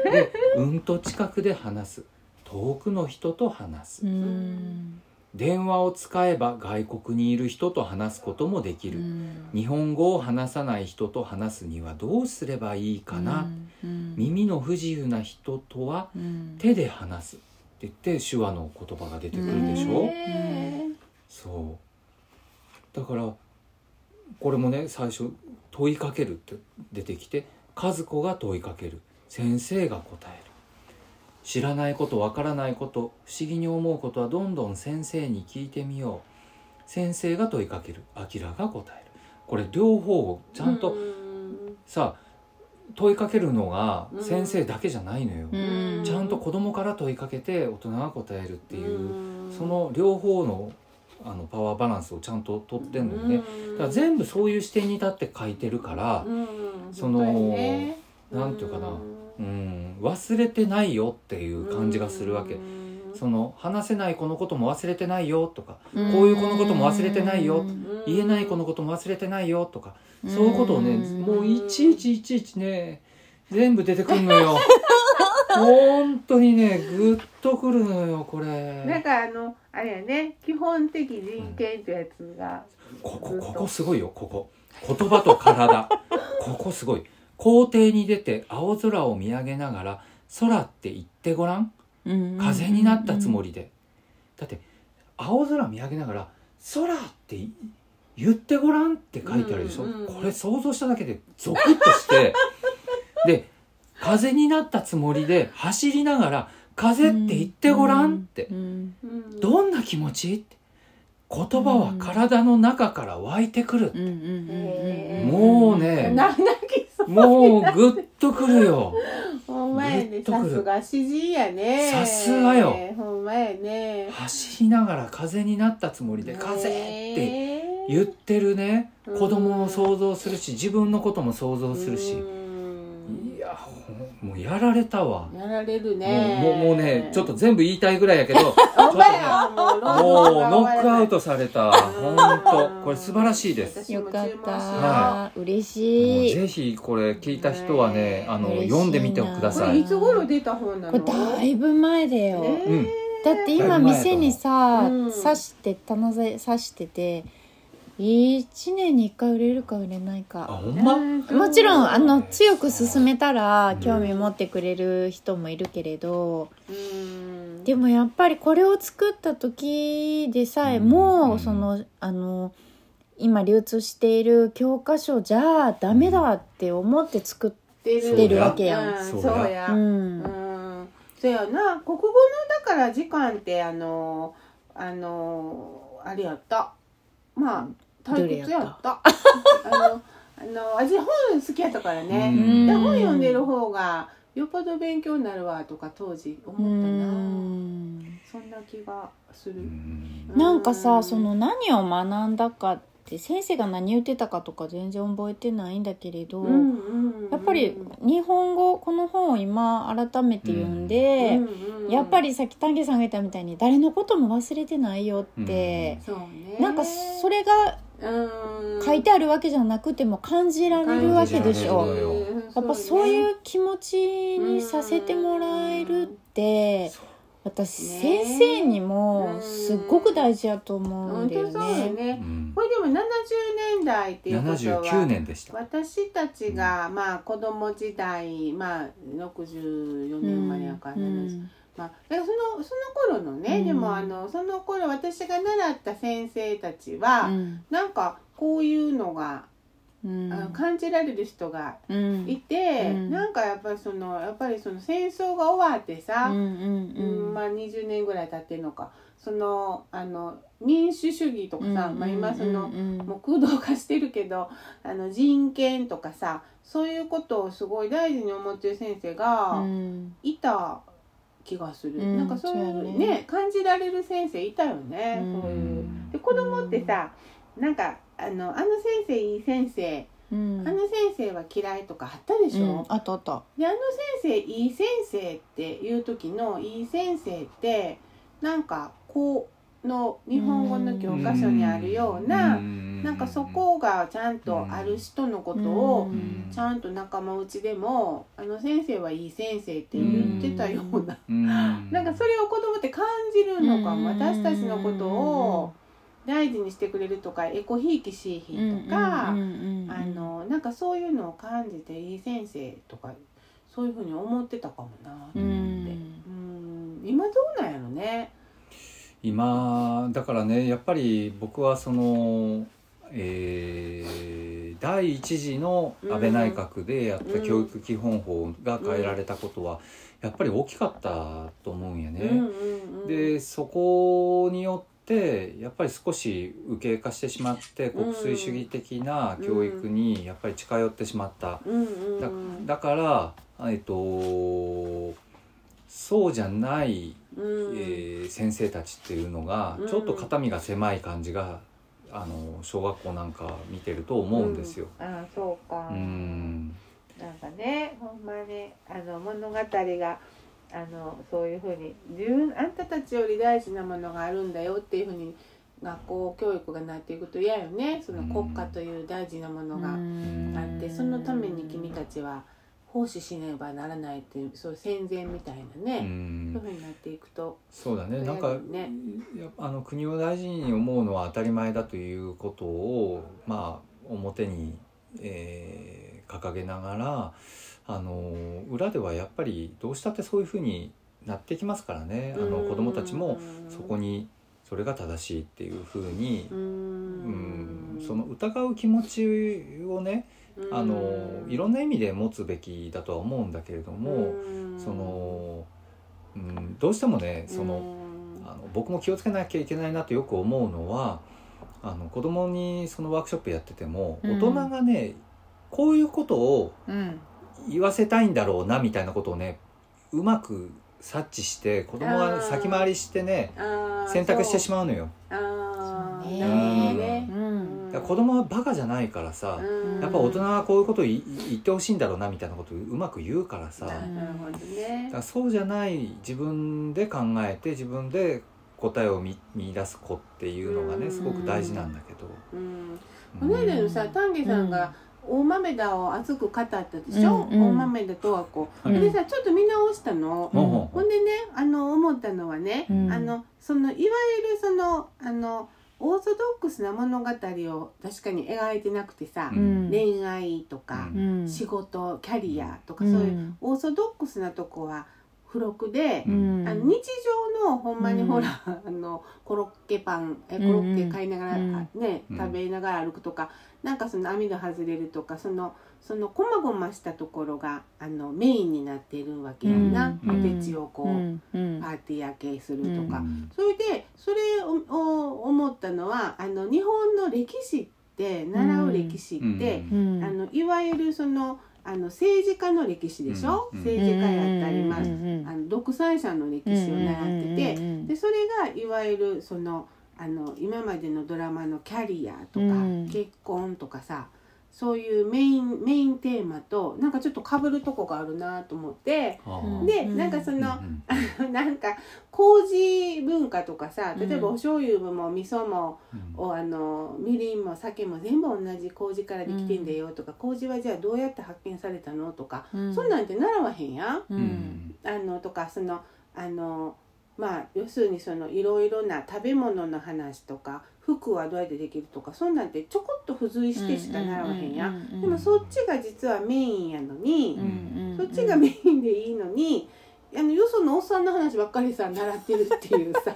でうんと近くで話す遠くの人と話す、
うん
電話を使えば外国にいる人と話すこともできる、日本語を話さない人と話すにはどうすればいいかな、耳の不自由な人とは手で話すって言って手話の言葉が出てくるでしょ、
うん
そうだからこれもね最初「問いかける」って出てきて和子が問いかける先生が答える知らないことわからないこと不思議に思うことはどんどん先生に聞いてみよう先生が問いかけるあきらが答えるこれ両方をちゃんとさ問いかけるのが先生だけじゃないのよ、
うん
ちゃんと子供から問いかけて大人が答えるっていう、その両方のあのパワーバランスをちゃんと取ってんのよね、だから全部そういう視点に立って書いてるから、なんていうかなうん、忘れてないよっていう感じがするわけ、その話せない子のことも忘れてないよとか、こういう子のことも忘れてないよ言えない子のことも忘れてないよとか、そういうことをねもういちいちいちいちね全部出てくるの よ本当にねグッとくるのよこ
なん
れ
かあのあれやね基本的人権ってやつが、
ここここすごいよここ言葉と体 ここすごい校庭に出て青空を見上げながら空って言ってごらん風になったつもりで、だって青空見上げながら「空」ってい言ってごらんって書いてあるでしょ、
うんうんうん
これ想像しただけでゾクッとしてで風になったつもりで走りながら「風って言ってごらん」って、
うん
どんな気持ちって言葉は体の中から湧いてくる、もうね
泣きそう
もうグッとくるよ
ほんまや
グッ
ね
とく
さ
る
すが詩人やね
さすがよ
ほんまやね
走りながら風になったつもりで「風」って言ってるね
うん
子供を想像するし自分のことも想像するし
うん
いやほんもうやられたわ
やられる
もう
ね
もうもうねちょっと全部言いたいぐらいやけどちょっ
ほんまやも
も
う
うノ
ロ
ッ
ン
ク
ド
ア
ン
ウ
が
トされた
うん
本当これ素晴らしいです
私
よ
も注
かっ
文しよう
た、
は
嬉
もう
しい
ぜひこれ聞いた人はね
ね
あの
嬉しいな
読んでみてくだ
こ
さ
れい
い
つ頃出た本な
こ
の
れだいぶ前だよ、
ね
うん
だって今店にさ、
うん
刺して棚刺してて1年に1回売れるか売れない
あ
か
ほんま
もちろんあの
ね
強く勧めたら
うん
興味持ってくれる人もいるけれど、
うん
でもやっぱりこれを作った時でさえ
うん
も、
うん
そのあの今流通している教科書じゃダメだって思って作っ
出
出るわ
けやん
うん
そうや
そうや
た、うん
うんそうやな国語のだから時間ってあのあのあれやったまあ退屈やった あのあの私本好きやったから
う
ね、
ん
で本読んでる方がよっぽど勉強になるわとか当時思った
う
な、
ん
そんな気がする、
うん
なんか
う
さ
ん
その何を学んだかって先生が何言ってたかとか全然覚えてないんだけれど、
うんうんうん
やっぱり日本語この本を今改めて読ん
う
で、
んうん
やっぱりさっき丹下さんが言ったみたいに誰のことも忘れてないよって、
そうね
なんかそれが
うん
書いてあるわけじゃなくても感じられるわけでし
感じられ
ょ
る。
やっぱそう
うね
いう気持ちにさせてもらえるって
そう
私
ね
先生にもすっごく大事やと思うん
本
だよ
当そうよ
ね。
う
ね。
ん
これでも70年代っていうことは
79年でした
私たちが、まあ子供時代まあ64年生まれやから、
うん
まあ、でそのその頃のね、
うん
でもあのその頃私が習った先生たちは、なんかこういうのが、
うん
あの感じられる人が
うん
いて、
うん
なんかやっぱりそのやっぱりその戦争が終わってさ、
うんうん
うんまあ、20年ぐらい経ってるのかそのあの民主主義とかさ、まあ、今その、
うん
もう空洞化してるけどあの人権とかさそういうことをすごい大事に思ってる先生が
うん
いた気がする、
うん
なんかそういう
そう
ね
やね
感じられる先生いたよね、
うん
そう
う
いう。
ん
で子供ってさなんかあのあの先生いい先生、
うん
あの先生は嫌いとかあったでしょ、
うんあったあった
であの先生いい先生っていう時のいい先生ってなんかこの日本語の教科書にあるような、なんかそこがちゃんとある人のことを
うん
ちゃんと仲間内でも「あの先生はいい先生」って言ってたような、
うん
なんかそれを子供って感じるのかも、
うん
私たちのことを大事にしてくれるとかエコひいきしいひとか、
うんうんうん
あのなんかそういうのを感じていい先生とかそういうふうに思ってたかもな。
う
うん
ん
今どうなんやろね。
今だからねやっぱり僕はその、えー第一次の安倍内閣でやった教育基本法が変えられたことはやっぱり大きかったと思うんやね。
うんうんうん
でそこによってやっぱり少し右傾化してしまって国粋主義的な教育にやっぱり近寄ってしまった。
うんうん
だ
うん
だから、えっと、そうじゃない
うん
えー先生たちっていうのが
うん
ちょっと肩身が狭い感じが、あの小学校なんか見てると思うんですよ。
うんああそうか。
うん
なんかねほんまにあの物語があのそういうふうに自分あんたたちより大事なものがあるんだよっていうふうに学校教育がなっていくと嫌よねその国家という大事なものがあって、そのために君たちは奉仕しねばならないっていうそういう戦前みたいな
う
ね、そういうんふうになっていくと。
そうだねなんか、
ね
やっぱあの国を大事に思うのは当たり前だということをまあ表に、えー掲げながらあの裏ではやっぱりどうしたってそういうふうになってきますからねあの子どもたちもそこ
に
にそれが正しいっていうふうに
う
うん
ん
その疑う気持ちをねあのいろんな意味で持つべきだとは思うんだけれどもその、うん、どうしてもねそのあの僕も気をつけなきゃいけないなとよく思うのはあの子供にそのワークショップやってても
うん
大人がねこういうことを
うん
言わせたいんだろうなみたいなことをねうまく察知して子供がね
あー
先回りしてね選択してしまうのよ。
まうあー
そうね
なるほど
う
ね
ん
だから子供はバカじゃないからさ、
うん
やっぱ大人はこういうことをい言ってほしいんだろうなみたいなことをうまく言うからさ、
なるほど
だ
ね
からそうじゃない自分で考えて自分で答えを見見出す子っていうのがねすごく大事なんだけど、
うん、
う
この
ん
間のさ丹下さんが大豆田を熱く語ったでしょ、
うんうん
大豆田とは子、
はい
でさちょっと見直したの、
ほうほう
ほんでねあの思ったのはね、
うん
あのそのいわゆるそのあのオーソドックスな物語を確かに描いてなくてさ
う、ん
恋愛とか、
うん
ん
仕事キャリアとか、
うん
そういうオーソドックスなとこは付録で、
うん
あの日常のほんまに
うん
ほら、あのコロッケパンえ
うん
コ
うん
ロッケ買いながら、
うん
あね
うん
食べながら歩くとか、なんかその網戸外れるとかそのそのこまごましたところがあのメインになっているわけやんな、
うん
お手地をこう、
うんうん
パーティー明けすると
う
か、
ん
それでそれをを思ったのはあの日本の歴史って習う歴史って、
うん
あのいわゆるそのあの政治家の歴史でしょ、
うんうん
政治家やったり、まあ
うんうん
あの独裁者の歴史を習ってて、
うん
でそれがいわゆるそのあの今までのドラマのキャリアとか、
うん
結婚とかさそういうメインメインテーマとなんかちょっと被るとこがあるなと思って
あー
で、
うん
なんかそ
うん
の、 なんか麹文化とかさ例えばお醤油も味噌も、
うん
おあのみりんも酒も全部同じ麹からできてんだよとか、麹はじゃあどうやって発見されたのとか、
うん
そんなんて習わへんやん。
う
うんん
あのとかそのあのまあ要するにそのいろいろな食べ物の話とか服はどうやってできるとかそんなんてちょこっと付随してしか習わへんやん。
う
でもそっちが実はメインやのに、
うん
そっちがメインでいいのに。あのよそのおっさんの話ばっかりさ習ってるっていうさ、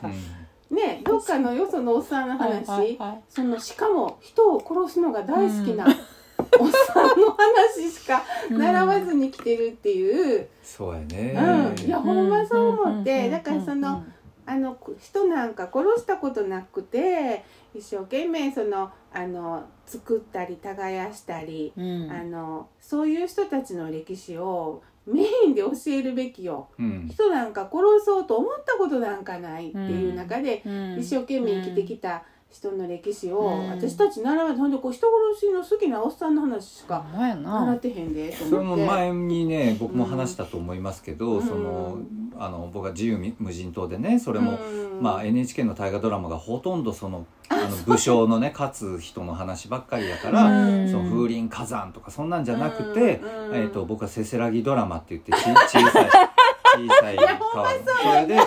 ねどっかのよそのおっさんの話、
はいはいはい
そのしかも人を殺すのが大好きな、おっさんの話しか習わずに来てるっていう、
そうや
う
ね
んいやほんまそう思って、
うん
だからその、あの人なんか殺したことなくて一生懸命そのあの作ったり耕したり、
うん
あのそういう人たちの歴史をメインで教えるべきよ
うん
人なんか殺そうと思ったことなんかないっていう中で、
うん
一生懸命生きてきた人の歴史を、
うん
私たち習わほんでこう人殺しの好きなおっさんの話し
ほ
か
んまや
習っ
な
てへんでと
それも
思って。
前にね僕も話したと思いますけど、
うん
そのあの僕は自由無人島でねそれも、
うん
まあ、NHK の大河ドラマがほとんどそのあの武将のね勝つ人の話ばっかりだから、
うん
その風林火山とかそんなんじゃなくて、
うんうん
えー、と僕はせせらぎドラマって言ってち小さい小さい川 それで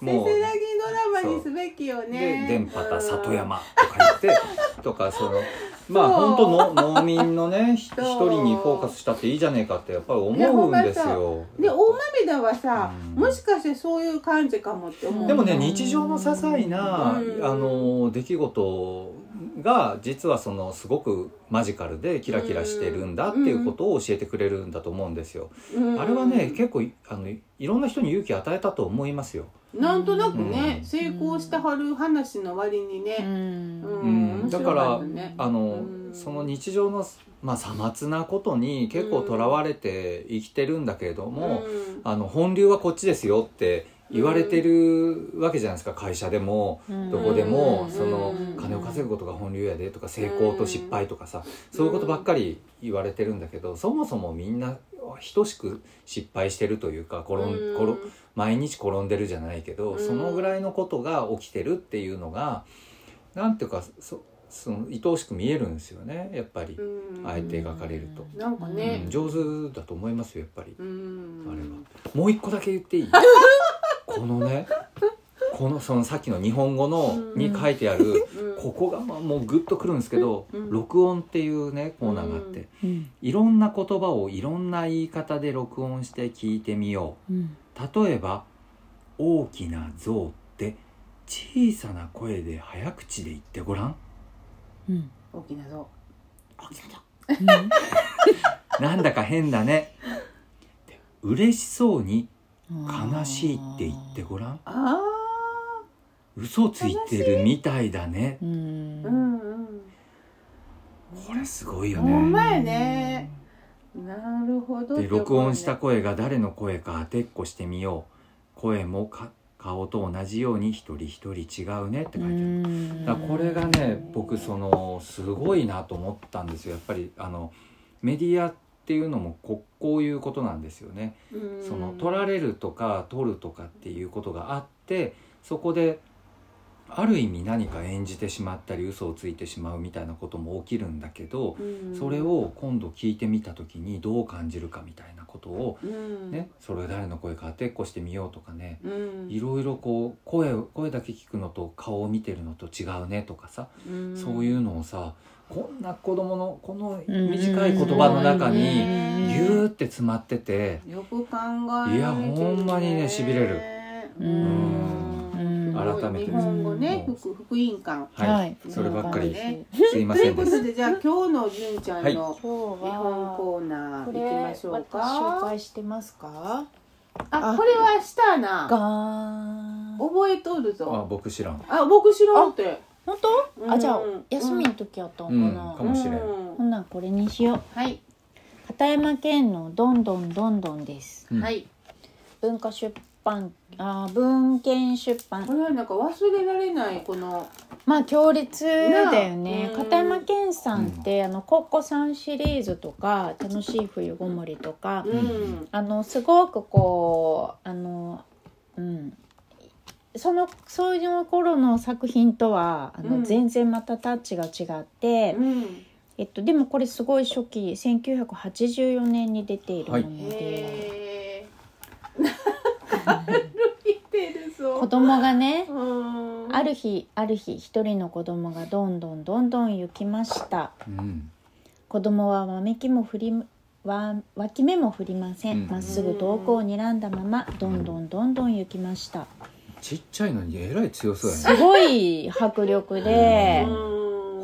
もう
せせらぎドラマにすべきよ
で
ね。
電波
う
た
ん
里。山とか言ってとかそのまあ
そう
本当の農民のねひ
そう
一人にフォーカスしたっていいじゃねえかってやっぱり
いや
思
ほ
うん
ま
ですよ。
で大豆田はさ、
うん
もしかしてそういう感じかもって思う。
でもね日常の些細な、
うん
あの出来事が実はそのすごくマジカルでキラキラしてるんだっていうことを教えてくれるんだと思うんですよ。
うん
あれはね結構いあのいろんな人に勇気与えたと思いますよ。
なんとなくね、
うん
成功したはる話の割にね、うん
うん
面白ったね
あの、
うん
その日常のまあさまつなことに結構とらわれて生きてるんだけれども、
うん
あの本流はこっちですよって言われてるわけじゃないですか会社でも。どこでも
うん
その
うん
金を稼ぐことが本流やでとか成功と失敗とかさそういうことばっかり言われてるんだけどそもそもみんな等しく失敗してるというか転ん転ん毎日転んでるじゃないけ
う
ど
ん
そのぐらいのことが起きてるっていうのがなんていうかそその愛おしく見えるんですよねやっぱり
うん
あえて描かれると。
なんか
う
ね
ん、上手だと思いますよやっぱり。
うん、
あれはもう一個だけ言ってい いこのねこのそのさっきの日本語の
うん
に書いてある
うん
ここがまあもうグッとくるんですけど「
うん
録音」っていうねコーナーがあっ
うん
て
うん
いろんな言葉をいろんな言い方で録音して聞いてみよ
うん
う例えば「大きな象」って小さな声で早口で言ってごらん
うん
大きな像
大きな象
うん
なんだか変だ ねで嬉しそうに「悲しい」って言ってごらん
あ
嘘ついてるみたいだね
う
あうんんうん
これすごいよ
ほんま
ね
やねなるほど
で録音した声が誰の声か当てっこしてみよう声もか顔と同じように一人一人違うねって書いてあるだからこれがね僕そのすごいなと思ったんですよやっぱりあのメディアっていうのもここういうことなんですよねその取ら
れ
れるとか取るとかっていうことがあってそこである意味何か演じてしまったり嘘をついてしまうみたいなことも起きるんだけど、
うん
それを今度聞いてみた時にどう感じるかみたいなことを、
うん
ね、それ誰の声か当てっこしてみようとかね
うん
いろいろこう声を声だけ聞くのと顔を見てるのと違うねとかさ、そういうのをさこんな子供のこの短い言葉の中にぎゅーって詰まってて
よく考え
いやほんまにね痺れる
う
うん
ん
改めて
日本語ね
うん
福福音館
は
はいい、
そればっかり
ね
すいま
と
せ
い
んで
う こ
す
とでじゃあ今日の純ちゃんの
今日
日本
は
コーナー
こ
行
れ
きましょう
私
か
紹介してますか
あこれはしたな
ガーン
覚えとる
あ
ぞ
僕知らん
あ僕知らんて
本当、あじゃあ
うん
休みの時やったのか
うん
な、
かもしれん
うん
ほんならこれにしよう
はい
片山県のどんどんどんどんです
うん
はい
文化出版あー文献出
こ
版
れはなんか忘れられないこの
まあ強烈だよね
なあ
片山健さんって、あの「コッコさん」シリーズとか「楽しい冬ごもり」とか、
うん
あのすごくこうあのうんそのそういう頃の作品とはあの、
うん
全然またタッチが違って、
うん
えっと、でもこれすごい初期1984年に出ているもので、
へえ歩いてるぞ
子供がね
うん
ある日ある日一人の子供がどんどんどんどん行きました
うん
子供はわめきも振りわ脇目も振りませ
うん
んまっすぐ遠くを睨んだままどんどんどんどん行きました
ちっちゃいのにえらい強そうやね
すごい迫力で
うん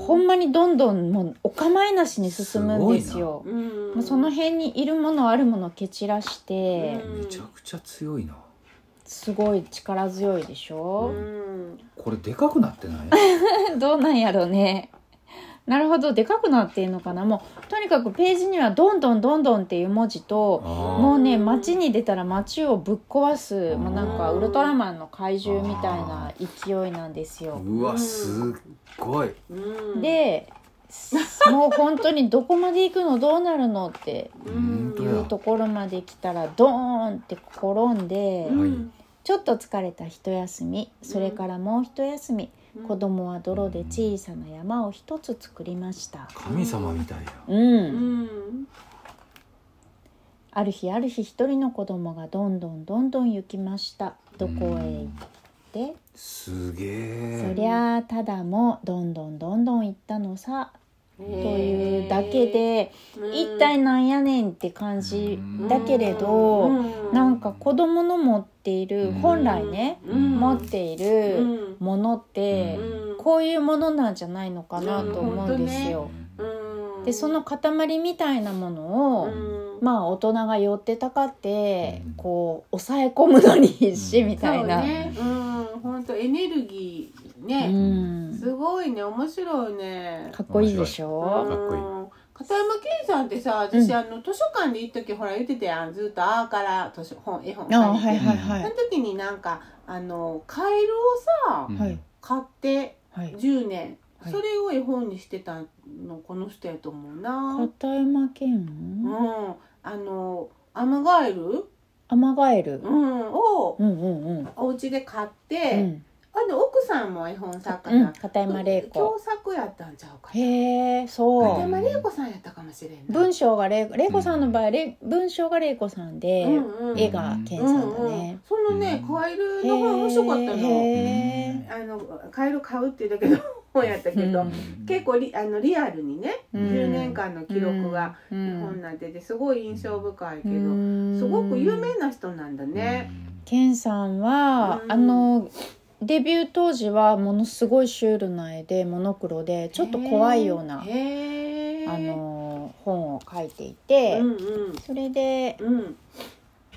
ほんまにどんどんもうお構いなしに進むんですよ
うん
もうその辺にいるものあるものを蹴散らして
うん
めちゃくちゃ強いな
すごい力強いでし
う
ょ
ん
これでかくなって ない
どうなんやろうね。なるほど、でかくなってんのかな。もう、とにかくページには、どんどんどんどんっていう文字と、
あ
もうね、街に出たら街をぶっ壊す、もうなんか、
うん
ウルトラマンの怪獣みたいな勢いなんです
あ
よ。
うわすっごい
うん
で、 もう本当にどこまで行くのどうなるのって
う
本
ん
当
い
や
うところまで来たらドーンって転んで
うん
ちょっと疲れた一休みそれからもう一休み子供は泥で小さな山を一つ作りました。
神様みたいや
う
うんん
ある日ある日一人の子供がどんどんどんどん行きましたどこへ行って、
すげ
そ
え
りゃあただもどんどんどんどん行ったのさ
と
というだけで、一体なんやねんって感じ
うん
だけれど、なん
か
か子供の持っている、
うん
本来ね、
うん
持っているものって、
うん
こういうものなんじゃないのかなと思うんです
う
よ。
ん
でその塊みたいなものを、まあ大人が寄ってたかって、
うん
こう抑え込むのに必死み
そ
たいうな、
ねうん本当エネルギー
う
ね
ん、
すごいね面白いね
かっこいいでし
白
ょ、
かっこいい
うん片山健さんってさ私、
うん
あの図書館で行った時ほら言ってたやんずっと「あ」から図書本絵本
あ
借りて
はいはいは
その
い、
時になんかあのカエルをさ、
うん
はい
買って
はい、
10年、
はい
それを絵本にしてたのこの人やと思うな、
片山
う
健
ん、あのアマガエル、
アマガエル
うん、を
うんうんうん
お家で買っ
う
て、
ん、
あの奥さんも絵本作
う
家
ん、
な、
片山玲子
共作やったんちゃうかな
へえ
片
そう
山玲子さんやったかもしれんない
文章が玲玲子さんの場合、れ文章が玲子さんで、
うんうん
絵が健さんだね、
そのね、
うん
カエルの方面白かったの。
へー
あのカエル買うっていうだけの本やったけど、
うん
結構リあのリアルにね、
うん
10年間の記録が
う
日
ん
本になっててすごい印象深いけど、
うん
すごく有名な人なんだね。
ケンさんは、
うん
あのデビュー当時はものすごいシュールな絵でモノクロでちょっと怖いような
へー
あ、の本を書いていて、
うんうん
それで
うん、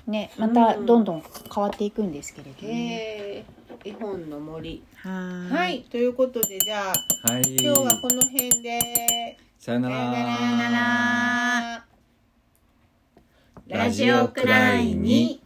ねまた
うん
どんどん変わっていくんですけれどね。
へー絵本の森。
はー
はい、ということでじゃあ
はい
今日はこの辺で。
さよな
さよな
ら
らラジオくらいに。